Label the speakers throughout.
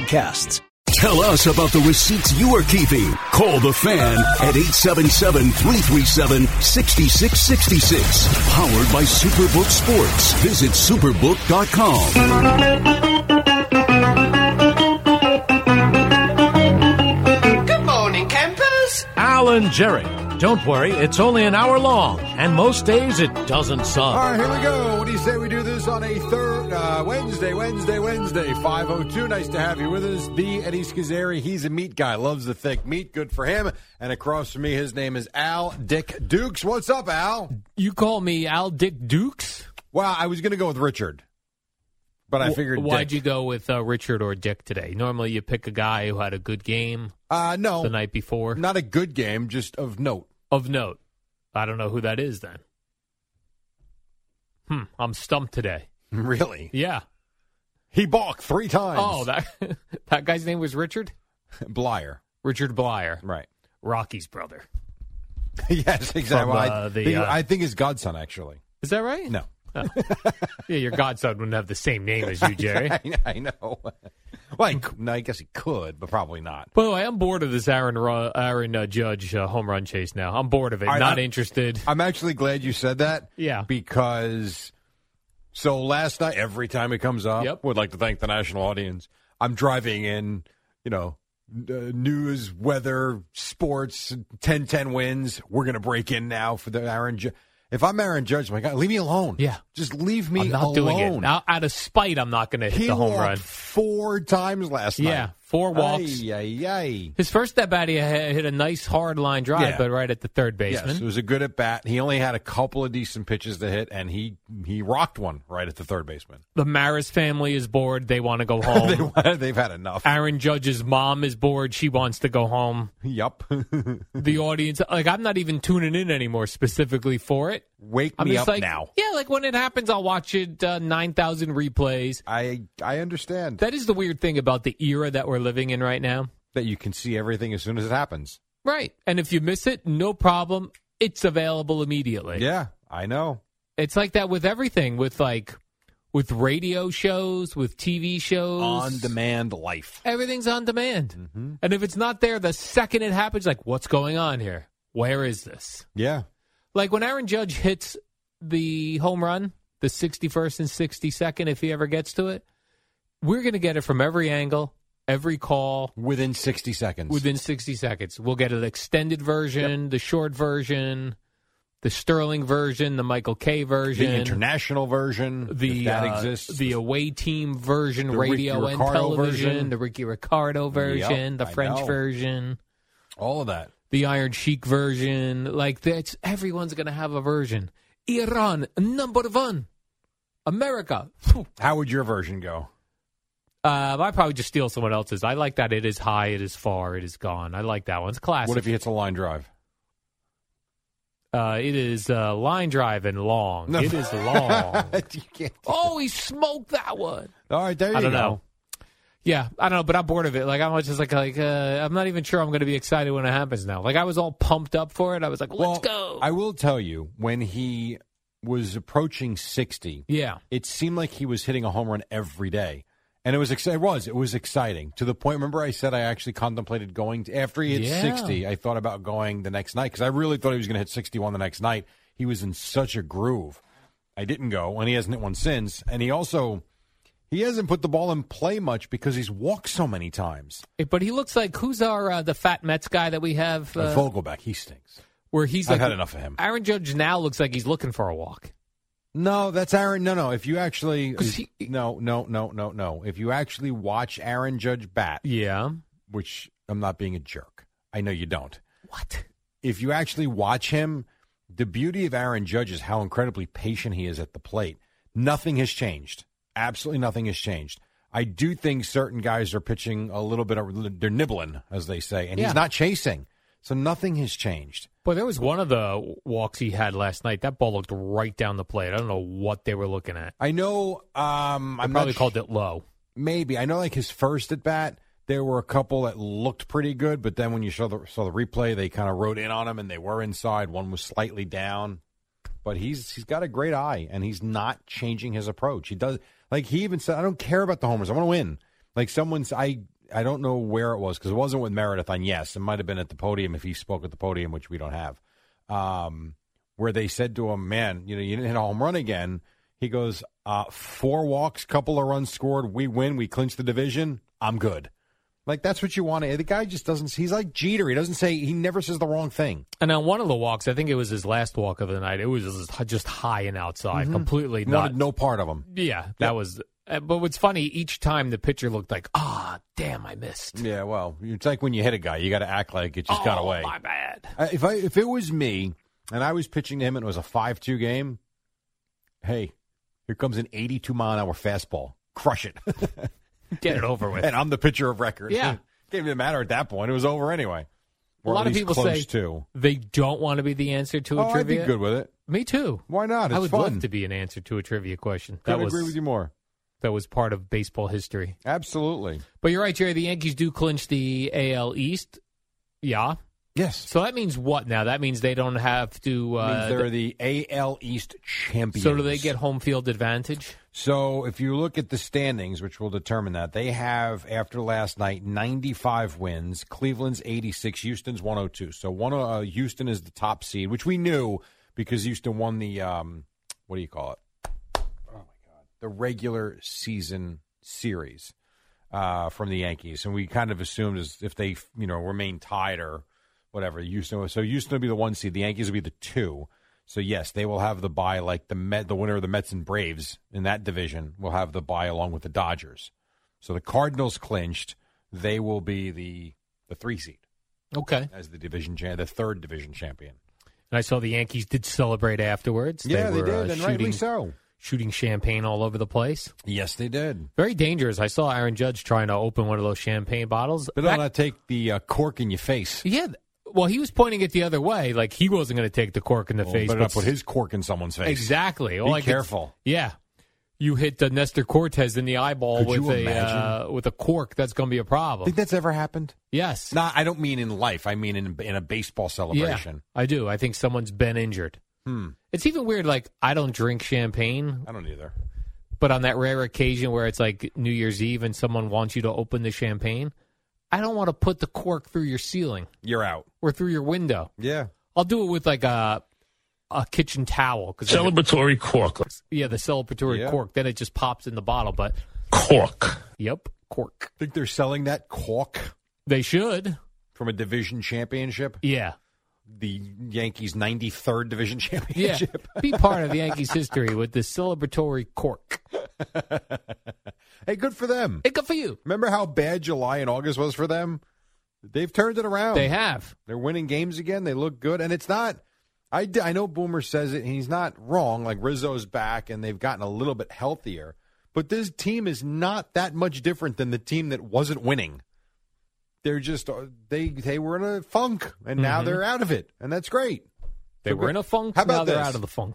Speaker 1: Tell us about the receipts you are keeping. Call the fan at 877-337-6666. Powered by Superbook Sports. Visit superbook.com.
Speaker 2: Good morning, campers.
Speaker 3: Alan Jerry. Don't worry, it's only an hour long, and most days it doesn't suck. All
Speaker 4: right, here we go. What do you say we do this on a third uh, Wednesday, Wednesday, Wednesday, 502. Nice to have you with us. The Eddie Schizzeri, he's a meat guy, loves the thick meat. Good for him. And across from me, his name is Al Dick Dukes. What's up, Al?
Speaker 5: You call me Al Dick Dukes?
Speaker 4: Well, I was going to go with Richard. But I figured.
Speaker 5: Why'd
Speaker 4: Dick.
Speaker 5: you go with uh, Richard or Dick today? Normally, you pick a guy who had a good game.
Speaker 4: Uh, no,
Speaker 5: the night before.
Speaker 4: Not a good game, just of note.
Speaker 5: Of note. I don't know who that is then. Hmm, I'm stumped today.
Speaker 4: Really?
Speaker 5: Yeah.
Speaker 4: He balked three times.
Speaker 5: Oh, that that guy's name was Richard
Speaker 4: Blyer.
Speaker 5: Richard Blyer.
Speaker 4: Right.
Speaker 5: Rocky's brother.
Speaker 4: yes, exactly. From, uh, the, the, uh, I, think his godson actually.
Speaker 5: Is that right?
Speaker 4: No.
Speaker 5: Oh. yeah, your godson wouldn't have the same name as you, Jerry.
Speaker 4: I, I, I know. Well, I, no, I guess he could, but probably not.
Speaker 5: By the way, I'm bored of this Aaron uh, Aaron uh, Judge uh, home run chase now. I'm bored of it. I, not I'm, interested.
Speaker 4: I'm actually glad you said that.
Speaker 5: Yeah,
Speaker 4: because so last night, every time it comes up,
Speaker 5: yep.
Speaker 4: would like to thank the national audience. I'm driving in, you know, uh, news, weather, sports, 10-10 wins. We're gonna break in now for the Aaron. Ju- if I'm Aaron Judge, my God, leave me alone.
Speaker 5: Yeah,
Speaker 4: just leave me
Speaker 5: I'm not
Speaker 4: alone.
Speaker 5: doing it. Now, out of spite, I'm not going to hit
Speaker 4: he
Speaker 5: the home
Speaker 4: walked
Speaker 5: run.
Speaker 4: Four times last
Speaker 5: yeah,
Speaker 4: night.
Speaker 5: Yeah, four walks.
Speaker 4: Ay, ay, ay.
Speaker 5: His first at bat, he hit a nice hard line drive,
Speaker 4: Yeah.
Speaker 5: but right at the third baseman.
Speaker 4: Yes, it was a good at bat. He only had a couple of decent pitches to hit, and he he rocked one right at the third baseman.
Speaker 5: The Maris family is bored. They want to go home.
Speaker 4: they, have had enough.
Speaker 5: Aaron Judge's mom is bored. She wants to go home.
Speaker 4: Yup.
Speaker 5: the audience, like, I'm not even tuning in anymore specifically for it.
Speaker 4: Wake
Speaker 5: I'm
Speaker 4: me
Speaker 5: just
Speaker 4: up
Speaker 5: like,
Speaker 4: now.
Speaker 5: Yeah, like when it happens, I'll watch it uh, 9,000 replays.
Speaker 4: I I understand
Speaker 5: That is the weird thing about the era that we're living in right now.
Speaker 4: that you can see everything as soon as it happens.
Speaker 5: Right. And if you miss it, no problem. It's available immediately.
Speaker 4: Yeah, I know.
Speaker 5: It's like that with everything, with like with radio shows, with TV shows.
Speaker 4: On demand life.
Speaker 5: Everything's on demand.
Speaker 4: Mhm.
Speaker 5: And if it's not there the second it happens, like what's going on here? Where is this?
Speaker 4: Yeah.
Speaker 5: Like when Aaron Judge hits the home run, the 61st and 62nd if he ever gets to it, we're going to get it from every angle, every call.
Speaker 4: Within 60 seconds.
Speaker 5: Within 60 seconds. We'll get an extended version, the short version, the Sterling version, the Michael K version,
Speaker 4: the international version.
Speaker 5: the,
Speaker 4: if that
Speaker 5: uh,
Speaker 4: exists.
Speaker 5: the away team version,
Speaker 4: The
Speaker 5: radio
Speaker 4: Ricky
Speaker 5: and
Speaker 4: Ricardo
Speaker 5: television,
Speaker 4: version.
Speaker 5: the Ricky Ricardo version, the
Speaker 4: I
Speaker 5: French
Speaker 4: know.
Speaker 5: version,
Speaker 4: all of that.
Speaker 5: the Iron Sheik version. Like that's everyone's going to have a version. Iran number one, America. Phew.
Speaker 4: How would your version go?
Speaker 5: Um, I probably just steal someone else's. I like that. It is high. It is far. It is gone. I like that one. It's classic.
Speaker 4: What if he hits a line drive?
Speaker 5: Uh, it is uh, line drive and long. It is long.
Speaker 4: you can't.
Speaker 5: oh, he smoked that one.
Speaker 4: All right, there you
Speaker 5: I don't
Speaker 4: go.
Speaker 5: know. Yeah, I don't know, but I'm bored of it. Like I'm just like like uh, I'm not even sure I'm going to be excited when it happens now. Like I was all pumped up for it. I was like, let's
Speaker 4: Well,
Speaker 5: go.
Speaker 4: I will tell you, when he was approaching 60,
Speaker 5: yeah,
Speaker 4: it seemed like he was hitting a home run every day. And it was exci- it was it was exciting to the point. Remember, I said I actually contemplated going to, after he hit
Speaker 5: Yeah.
Speaker 4: sixty. I thought about going the next night because I really thought he was going to hit sixty one the next night. He was in such a groove. I didn't go, and he hasn't hit one since. And he also he hasn't put the ball in play much because he's walked so many times.
Speaker 5: Eh, but he looks like who's our uh, the fat Mets guy that we have
Speaker 4: Uh,
Speaker 5: uh,
Speaker 4: Vogelback, he stinks.
Speaker 5: where he's
Speaker 4: I've
Speaker 5: like
Speaker 4: had enough of him.
Speaker 5: Aaron Judge now looks like he's looking for a walk.
Speaker 4: No, that's Aaron. No, no. If you actually
Speaker 5: 'Cause he-
Speaker 4: no, no, no, no, no. If you actually watch Aaron Judge bat,
Speaker 5: Yeah,
Speaker 4: which I'm not being a jerk. I know you don't.
Speaker 5: what?
Speaker 4: If you actually watch him, the beauty of Aaron Judge is how incredibly patient he is at the plate. Nothing has changed. Absolutely nothing has changed. I do think certain guys are pitching a little bit, of, they're nibbling, as they say, and
Speaker 5: Yeah.
Speaker 4: he's not chasing. So nothing has changed.
Speaker 5: Boy, there was one of the walks he had last night. That ball looked right down the plate. I don't know what they were looking at.
Speaker 4: I know. Um,
Speaker 5: I
Speaker 4: I'm
Speaker 5: probably
Speaker 4: not
Speaker 5: called it low.
Speaker 4: Maybe I know, like his first at bat, there were a couple that looked pretty good, but then when you saw the saw the replay, they kind of rode in on him, and they were inside. One was slightly down, but he's he's got a great eye, and he's not changing his approach. He does like he even said, "I don't care about the homers. I want to win." Like someone's I. I don't know where it was because it wasn't with Meredith on Yes. It might have been at the podium if he spoke at the podium, which we don't have. Um, where they said to him, "Man, you know, you didn't hit a home run again." He goes, uh, four walks, couple of runs scored. We win. We clinch the division. I'm good. Like that's what you want to. The guy just doesn't. He's like Jeter. He doesn't say. He never says the wrong thing.
Speaker 5: And on one of the walks, I think it was his last walk of the night. It was just- just high and outside,
Speaker 4: Mm-hmm.
Speaker 5: completely
Speaker 4: He
Speaker 5: not.
Speaker 4: wanted no part of him.
Speaker 5: yeah, that was. uh, But what's funny, each time the pitcher looked like, ah, damn, I missed.
Speaker 4: Yeah. Well, it's like when you hit a guy, you got to act like it just got
Speaker 5: Oh,
Speaker 4: away.
Speaker 5: My bad.
Speaker 4: Uh, If I if it was me and I was pitching to him and it was a five two game, hey, here comes an eighty two mile an hour fastball. Crush it.
Speaker 5: Get it over with.
Speaker 4: and I'm the pitcher of record.
Speaker 5: Yeah.
Speaker 4: Didn't even matter at that point. It was over anyway.
Speaker 5: a
Speaker 4: Or at
Speaker 5: lot of
Speaker 4: least
Speaker 5: people
Speaker 4: close
Speaker 5: say
Speaker 4: to.
Speaker 5: they don't want to be the answer to a
Speaker 4: Oh, I'd be
Speaker 5: trivia.
Speaker 4: good with it.
Speaker 5: Me too.
Speaker 4: Why not? It's
Speaker 5: I would
Speaker 4: fun.
Speaker 5: love to be an answer to a trivia question.
Speaker 4: Couldn't
Speaker 5: that was
Speaker 4: agree with you more.
Speaker 5: that was part of baseball history.
Speaker 4: Absolutely.
Speaker 5: But you're right, Jerry. The Yankees do clinch the AL East. Yeah.
Speaker 4: Yes.
Speaker 5: So that means what now? That means they don't have to. Uh,
Speaker 4: Means they're the AL East champions.
Speaker 5: so do they get home field advantage?
Speaker 4: So if you look at the standings, which will determine that, they have after last night 95 wins, Cleveland's 86, Houston's 102. So one uh, Houston is the top seed, which we knew because Houston won the um, what do you call it? Oh my god, the regular season series uh, from the Yankees, and we kind of assumed as if they you know remain tied or whatever. Houston, so Houston will be the one seed, the Yankees will be the two. So yes, they will have the bye like the Met, the winner of the Mets and Braves in that division will have the bye along with the Dodgers. So the Cardinals clinched; they will be the the three seed
Speaker 5: Okay.
Speaker 4: as the division cha- the third division champion.
Speaker 5: And I saw the Yankees did celebrate afterwards. were, uh, shooting,
Speaker 4: so.
Speaker 5: shooting champagne all over the place.
Speaker 4: Yes, they did.
Speaker 5: Very dangerous. I saw Aaron Judge trying to open one of those champagne bottles.
Speaker 4: But
Speaker 5: That-
Speaker 4: don't not take the uh, cork in your face.
Speaker 5: yeah. Well, he was pointing it the other way, like he wasn't going to take the cork in the
Speaker 4: Well,
Speaker 5: face.
Speaker 4: better
Speaker 5: but
Speaker 4: not put his cork in someone's face.
Speaker 5: exactly.
Speaker 4: Be
Speaker 5: All I could-
Speaker 4: careful.
Speaker 5: yeah, you hit uh, Nestor Cortez in the eyeball
Speaker 4: Could you
Speaker 5: with a uh,
Speaker 4: imagine?
Speaker 5: with a cork. That's going to be a problem.
Speaker 4: Think that's ever happened?
Speaker 5: yes.
Speaker 4: No, I don't mean in life. I mean in in a baseball celebration.
Speaker 5: Yeah, I do. I think someone's been injured.
Speaker 4: Hmm.
Speaker 5: It's even weird. Like I don't drink champagne,
Speaker 4: I don't either.
Speaker 5: but on that rare occasion where it's like New Year's Eve and someone wants you to open the champagne, I don't want to put the cork through your ceiling
Speaker 4: You're out.
Speaker 5: or through your window.
Speaker 4: Yeah.
Speaker 5: I'll do it with like a a kitchen towel because
Speaker 2: Celebratory cork.
Speaker 5: yeah, the celebratory
Speaker 4: Yeah.
Speaker 5: cork. Then it just pops in the bottle. But
Speaker 2: Cork.
Speaker 5: yep, cork.
Speaker 4: Think they're selling that cork
Speaker 5: They should.
Speaker 4: from a division championship?
Speaker 5: Yeah,
Speaker 4: The Yankees' 93rd division
Speaker 5: yeah.
Speaker 4: championship?
Speaker 5: Be part of the Yankees' history with the celebratory cork.
Speaker 4: hey, good for them.
Speaker 5: Hey, good for you.
Speaker 4: Remember how bad July and August was for them? They've turned it around.
Speaker 5: They have.
Speaker 4: They're winning games again. They look good. And it's not, I, d- I know Boomer says it, and he's not wrong. Like Rizzo's back, and they've gotten a little bit healthier. But this team is not that much different than the team that wasn't winning. They're just, uh, they they were in a funk, and now they're out of it. And that's great.
Speaker 5: Mm-hmm. They were in a funk.
Speaker 4: How about
Speaker 5: now they're
Speaker 4: this?
Speaker 5: out of the funk.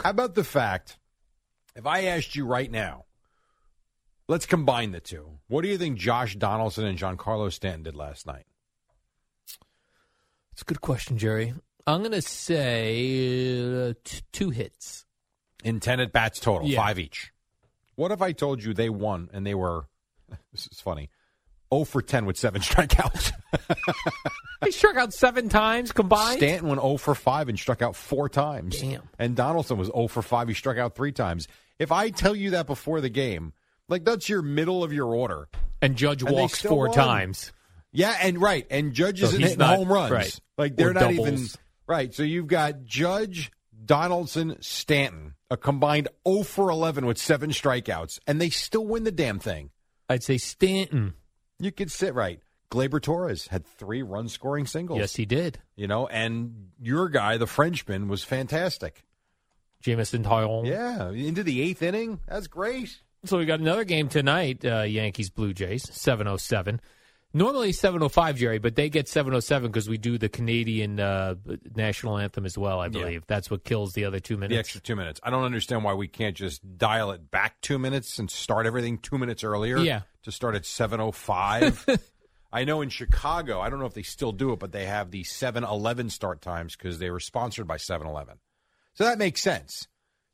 Speaker 4: How about the fact if I asked you right now, let's combine the two. What do you think Josh Donaldson and Giancarlo Stanton did last night?
Speaker 5: It's a good question, Jerry. I'm going to say uh, t- two hits.
Speaker 4: In 10 at bats total,
Speaker 5: Yeah.
Speaker 4: five each. What if I told you they won and they were, this is funny, 0 for 10 with seven strikeouts?
Speaker 5: He struck out seven times combined.
Speaker 4: Stanton oh went 0 for 5 and oh struck out four times.
Speaker 5: Damn.
Speaker 4: And Donaldson was 0 for 5. He struck out three times. If I tell you that before the game, like that's your middle of your order.
Speaker 5: And Judge
Speaker 4: And they
Speaker 5: walks
Speaker 4: still
Speaker 5: four
Speaker 4: won.
Speaker 5: times.
Speaker 4: Yeah, and right, and Judge
Speaker 5: So
Speaker 4: isn't
Speaker 5: he's
Speaker 4: hitting
Speaker 5: not-
Speaker 4: home runs.
Speaker 5: right.
Speaker 4: Like they're
Speaker 5: Or
Speaker 4: not even
Speaker 5: doubles.
Speaker 4: right. So you've got Judge, Donaldson, Stanton, a combined 0 for 11 with seven strikeouts, and they still win the damn thing.
Speaker 5: I'd say Stanton.
Speaker 4: You could sit right. Glaber Torres had three run scoring singles.
Speaker 5: Yes, he did.
Speaker 4: you know, and your guy, the Frenchman, was fantastic.
Speaker 5: Jamison Tyone.
Speaker 4: Yeah, into the eighth inning. That's great.
Speaker 5: So we got another game tonight. Uh, Yankees Blue Jays seven oh seven. Normally seven oh five, Jerry, but they get seven oh seven because we do the Canadian uh, national anthem as well. I believe that's what kills the other two minutes.
Speaker 4: The extra two minutes. I don't understand why we can't just dial it back two minutes and start everything two minutes earlier.
Speaker 5: Yeah.
Speaker 4: To start at seven oh five. I know in Chicago, I don't know if they still do it, but they have the seven eleven start times because they were sponsored by seven eleven. So that makes sense.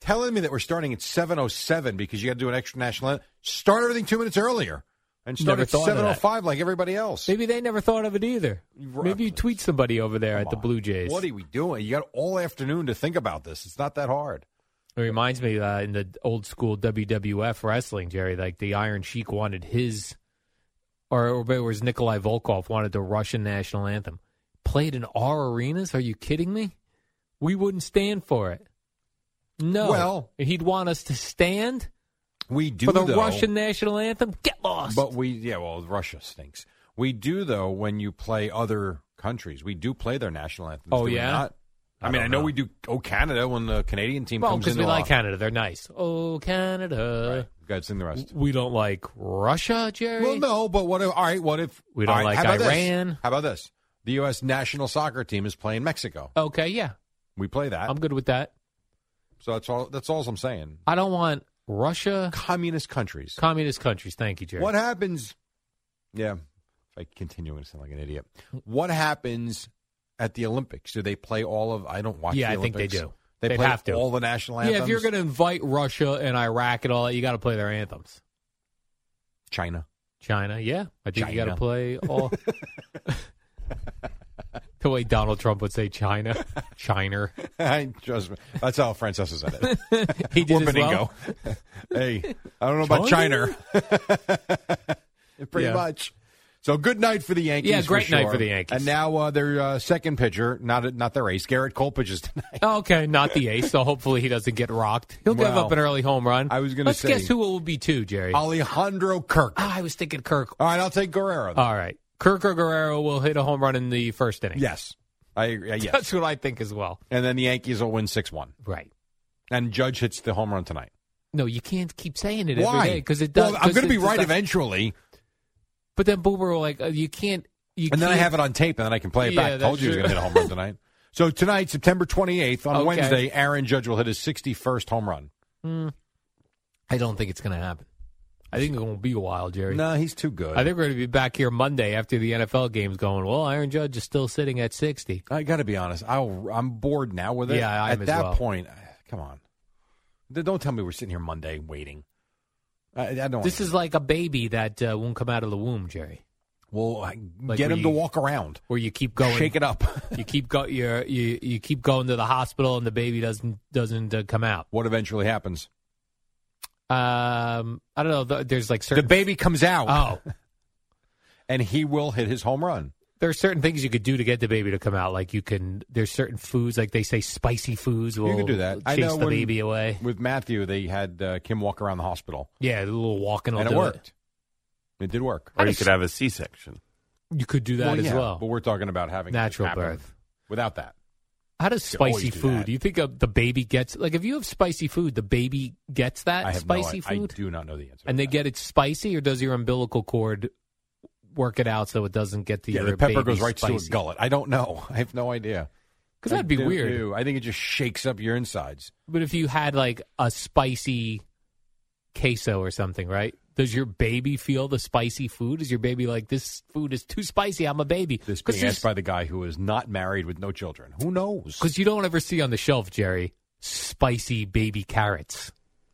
Speaker 4: Telling me that we're starting at seven oh seven because you got to do an extra national anthem, start everything two minutes earlier and start
Speaker 5: Never
Speaker 4: at
Speaker 5: thought of
Speaker 4: seven oh
Speaker 5: that.
Speaker 4: five like everybody else.
Speaker 5: Maybe they never thought of it either. Maybe you tweet somebody over there at the
Speaker 4: Come on.
Speaker 5: Blue Jays.
Speaker 4: What are we doing? You got all afternoon to think about this. It's not that hard.
Speaker 5: It reminds me uh, in the old school WWF wrestling, Jerry, like the Iron Sheik wanted his, or, or maybe it was Nikolai Volkov wanted the Russian national anthem. Played in our arenas? Are you kidding me? We wouldn't stand for it. No.
Speaker 4: Well-
Speaker 5: he'd want us to stand
Speaker 4: We do
Speaker 5: for the
Speaker 4: though,
Speaker 5: Russian national anthem? Get lost.
Speaker 4: But we, yeah, well, Russia stinks. We do though when you play other countries. We do play their national anthems.
Speaker 5: Oh,
Speaker 4: do we
Speaker 5: yeah?
Speaker 4: not? I,
Speaker 5: I
Speaker 4: mean,
Speaker 5: don't
Speaker 4: I know,
Speaker 5: know.
Speaker 4: we do. Oh, Canada when the Canadian team
Speaker 5: well,
Speaker 4: comes
Speaker 5: because
Speaker 4: into
Speaker 5: we like
Speaker 4: office.
Speaker 5: Canada. They're nice. Oh, Canada.
Speaker 4: Right. Got to sing the rest.
Speaker 5: We don't like Russia, Jerry.
Speaker 4: Well, no, but what if? All right, what if
Speaker 5: We don't
Speaker 4: all right,
Speaker 5: like
Speaker 4: how about this?
Speaker 5: Iran.
Speaker 4: How about this? The U.S. national soccer team is playing Mexico.
Speaker 5: Okay, yeah.
Speaker 4: We play that.
Speaker 5: I'm good with that.
Speaker 4: so that's all. That's all I'm saying.
Speaker 5: I don't want Russia.
Speaker 4: Communist countries.
Speaker 5: Communist countries. Thank you, Jerry.
Speaker 4: What happens? Yeah, if I continue, I'm going to sound like an idiot. What happens at the Olympics? Do they play all of? I don't watch.
Speaker 5: Yeah,
Speaker 4: the
Speaker 5: I think they
Speaker 4: Olympics.
Speaker 5: do.
Speaker 4: They
Speaker 5: They'd
Speaker 4: play
Speaker 5: have to.
Speaker 4: all the national
Speaker 5: yeah,
Speaker 4: anthems.
Speaker 5: if you're going to invite Russia and Iraq and all that, you got to play their anthems.
Speaker 4: China.
Speaker 5: China, yeah, I think you got to
Speaker 4: China.
Speaker 5: play all. the way Donald Trump would say China, China.
Speaker 4: Trust me, that's how Francesca said it.
Speaker 5: He did as
Speaker 4: Whoopingo.
Speaker 5: well.
Speaker 4: hey, I don't know about China.
Speaker 5: China?
Speaker 4: Pretty
Speaker 5: Yeah.
Speaker 4: much. So good night for the Yankees.
Speaker 5: Yeah, great
Speaker 4: for
Speaker 5: night
Speaker 4: sure.
Speaker 5: for the Yankees.
Speaker 4: And now uh, their uh, second pitcher, not not their ace, Garrett Cole pitches tonight.
Speaker 5: Oh, Okay, not the ace. So hopefully he doesn't get rocked. He'll give
Speaker 4: Well,
Speaker 5: up an early home run.
Speaker 4: I was gonna
Speaker 5: Let's
Speaker 4: say-
Speaker 5: guess who it will be too, Jerry.
Speaker 4: Alejandro Kirk.
Speaker 5: Ah, I was thinking Kirk.
Speaker 4: All right, I'll take Guerrero.
Speaker 5: All right, Kirk or Guerrero will hit a home run in the first inning.
Speaker 4: yes, I agree. Uh, yes.
Speaker 5: that's what I think as well.
Speaker 4: and then the Yankees will win six one.
Speaker 5: Right.
Speaker 4: And Judge hits the home run tonight.
Speaker 5: No, you can't keep saying it every
Speaker 4: Why?
Speaker 5: day because it does.
Speaker 4: Well, I'm
Speaker 5: 'cause
Speaker 4: going to be
Speaker 5: it's
Speaker 4: right
Speaker 5: just-
Speaker 4: eventually,
Speaker 5: But then Boomer will like uh, you can't. You
Speaker 4: and then I
Speaker 5: can't-
Speaker 4: have it on tape, and then I can play it
Speaker 5: Yeah,
Speaker 4: back. Told
Speaker 5: that's
Speaker 4: you he was
Speaker 5: true.
Speaker 4: going to hit a home run tonight. So tonight, September 28th on
Speaker 5: Okay.
Speaker 4: Wednesday, Aaron Judge will hit his 61st home run.
Speaker 5: I don't think it's going to happen. I think it's going to be a while, Jerry.
Speaker 4: No, he's too good.
Speaker 5: I think we're going to be back here Monday after the NFL game's going. Well, Aaron Judge is still sitting at sixty.
Speaker 4: I got to be honest. I'll, I'm bored now with it.
Speaker 5: Yeah, I am
Speaker 4: at
Speaker 5: as
Speaker 4: that
Speaker 5: well.
Speaker 4: point. Come on, Th- don't tell me we're sitting here Monday waiting. I, I don't.
Speaker 5: This is like a baby that uh, won't come out of the womb, Jerry.
Speaker 4: well, I-
Speaker 5: Like
Speaker 4: get him
Speaker 5: we-
Speaker 4: to walk around,
Speaker 5: Where you keep going,
Speaker 4: shake it up.
Speaker 5: You keep go, you're, you you keep going to the hospital, and the baby doesn't doesn't uh, come out.
Speaker 4: what eventually happens?
Speaker 5: Um, I don't know. th- There's like
Speaker 4: The
Speaker 5: certain
Speaker 4: baby comes out,
Speaker 5: oh,
Speaker 4: and he will hit his home run.
Speaker 5: there are certain things you could do to get the baby to come out. Like you can, there's certain foods, like they say, spicy foods will
Speaker 4: You could do that.
Speaker 5: chase
Speaker 4: I know
Speaker 5: the
Speaker 4: when-
Speaker 5: baby away.
Speaker 4: With Matthew, they had uh, Kim walk around the hospital,
Speaker 5: Yeah, the little walking will
Speaker 4: and
Speaker 5: do
Speaker 4: it worked. It. did work.
Speaker 5: I
Speaker 2: Or you
Speaker 5: just-
Speaker 2: could have a C section.
Speaker 5: You could do that
Speaker 4: Well,
Speaker 5: as
Speaker 4: yeah,
Speaker 5: well.
Speaker 4: But we're talking about having it
Speaker 5: Natural
Speaker 4: happen
Speaker 5: birth.
Speaker 4: without that.
Speaker 5: How does
Speaker 4: You can always
Speaker 5: spicy
Speaker 4: do
Speaker 5: food?
Speaker 4: that.
Speaker 5: Do you think uh, the baby gets like if you have spicy food, the baby gets that
Speaker 4: I have
Speaker 5: Uh, spicy
Speaker 4: no, I-
Speaker 5: food,
Speaker 4: I do not know the answer.
Speaker 5: and
Speaker 4: to
Speaker 5: they
Speaker 4: that.
Speaker 5: get it spicy, or does your umbilical cord work it out so it doesn't get to
Speaker 4: yeah,
Speaker 5: your
Speaker 4: the pepper
Speaker 5: baby
Speaker 4: goes right to his
Speaker 5: spicy?
Speaker 4: gullet. I don't know. I have no idea.
Speaker 5: 'Cause that'd be
Speaker 4: I do-
Speaker 5: weird.
Speaker 4: do. I think it just shakes up your insides.
Speaker 5: But if you had like a spicy queso or something, right? Does your baby feel the spicy food? Is your baby like this food is too spicy? I'm a baby.
Speaker 4: This
Speaker 5: Because
Speaker 4: being asked by the guy who is not married with no children. Who knows?
Speaker 5: you don't ever see on the shelf, Jerry, spicy baby carrots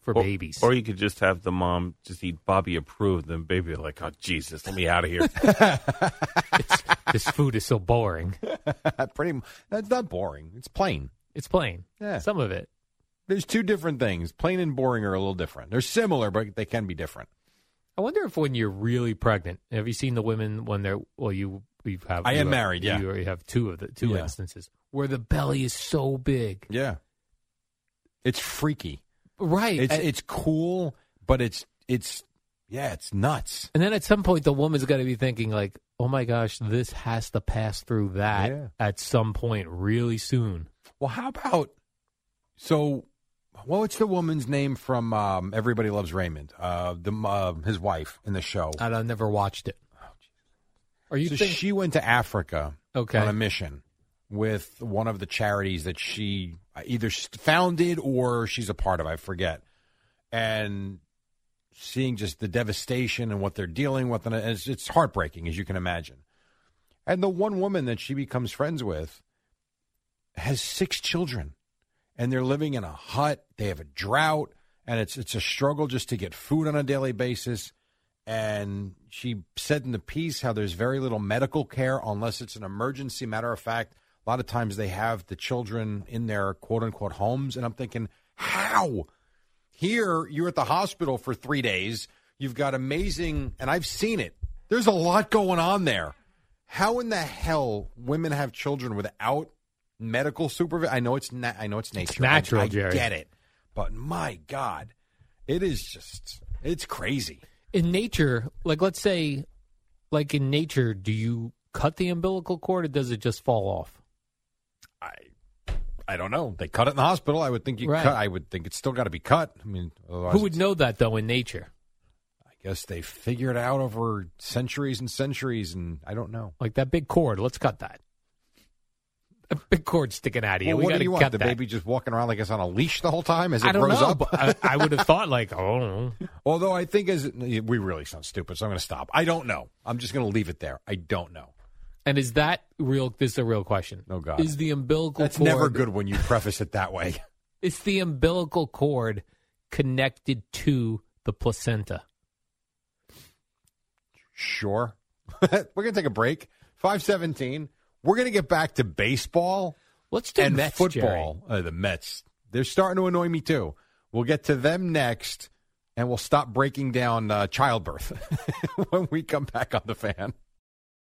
Speaker 5: for
Speaker 2: Or-
Speaker 5: babies.
Speaker 2: Or you could just have the mom just eat Bobby approved, and baby like, oh Jesus, let me out of here.
Speaker 5: this food is so boring.
Speaker 4: Pretty. m- That's not boring. It's plain.
Speaker 5: It's plain.
Speaker 4: Yeah.
Speaker 5: Some of it.
Speaker 4: There's two different things. Plain and boring are a little different. They're similar, but they can be different.
Speaker 5: I wonder if when you're really pregnant, have you seen the women when they're well, you you have.
Speaker 4: I
Speaker 5: you
Speaker 4: am
Speaker 5: have-
Speaker 4: married, yeah.
Speaker 5: you already have two of the two
Speaker 4: Yeah.
Speaker 5: instances where the belly is so big.
Speaker 4: Yeah. It's freaky.
Speaker 5: Right.
Speaker 4: It's
Speaker 5: and,
Speaker 4: it's cool, but it's it's yeah, it's nuts.
Speaker 5: and then at some point, the woman's got to be thinking like, "Oh my gosh, this has to pass through that
Speaker 4: Yeah.
Speaker 5: at some point really soon."
Speaker 4: Well, how about so? Well, it's the woman's name from um, Everybody Loves Raymond? Uh, the uh, his wife in the show.
Speaker 5: And I've never watched it. Are you
Speaker 4: so
Speaker 5: think-
Speaker 4: she went to Africa
Speaker 5: Okay.
Speaker 4: on a mission with one of the charities that she either s- founded or she's a part of. I forget. And seeing just the devastation and what they're dealing with, and it's, it's heartbreaking as you can imagine. And the one woman that she becomes friends with has six children, and they're living in a hut. They have a drought, and it's it's a struggle just to get food on a daily basis and she said in the piece how there's very little medical care unless it's an emergency. Matter of fact, a lot of times they have the children in their quote unquote homes, and I'm thinking, how? Here, you're at the hospital for three days. You've got amazing, and I've seen it. There's a lot going on there. How in the hell women have children without medical supervision? I know it's na- I know it's nature. I-
Speaker 5: natural,
Speaker 4: I,
Speaker 5: Jerry.
Speaker 4: get it, but my God, it is just it's crazy.
Speaker 5: in nature, like let's say, like in nature, do you cut the umbilical cord or does it just fall off?
Speaker 4: I I don't know. They cut it in the hospital. I would think you
Speaker 5: Right.
Speaker 4: cut. I would think it's still got to be cut. I mean, otherwise
Speaker 5: Who would know that though in nature?
Speaker 4: I guess they figured out over centuries and centuries, and I don't know.
Speaker 5: Like that big cord, let's cut that. A big cord sticking out of you. we
Speaker 4: Well, what
Speaker 5: got
Speaker 4: do
Speaker 5: to
Speaker 4: you
Speaker 5: cut
Speaker 4: want? The
Speaker 5: that.
Speaker 4: baby just walking around like it's on a leash the whole time as it
Speaker 5: I don't
Speaker 4: grows
Speaker 5: know.
Speaker 4: up.
Speaker 5: but I, I would have thought like, oh,
Speaker 4: Although I think as we really sound stupid, so I'm going to stop. I don't know. I'm just going to leave it there. I don't know.
Speaker 5: and is that real? This is a real question.
Speaker 4: Oh, God.
Speaker 5: is the umbilical
Speaker 4: That's
Speaker 5: cord?
Speaker 4: never good when you preface it that way.
Speaker 5: It's the umbilical cord connected to the placenta.
Speaker 4: Sure. We're going to take a break. Five seventeen. We're going to get back to baseball.
Speaker 5: Let's do
Speaker 4: and
Speaker 5: Mets, Jerry.
Speaker 4: football. Uh, the Mets. They're starting to annoy me too. We'll get to them next, and we'll stop breaking down uh, childbirth when we come back on the fan.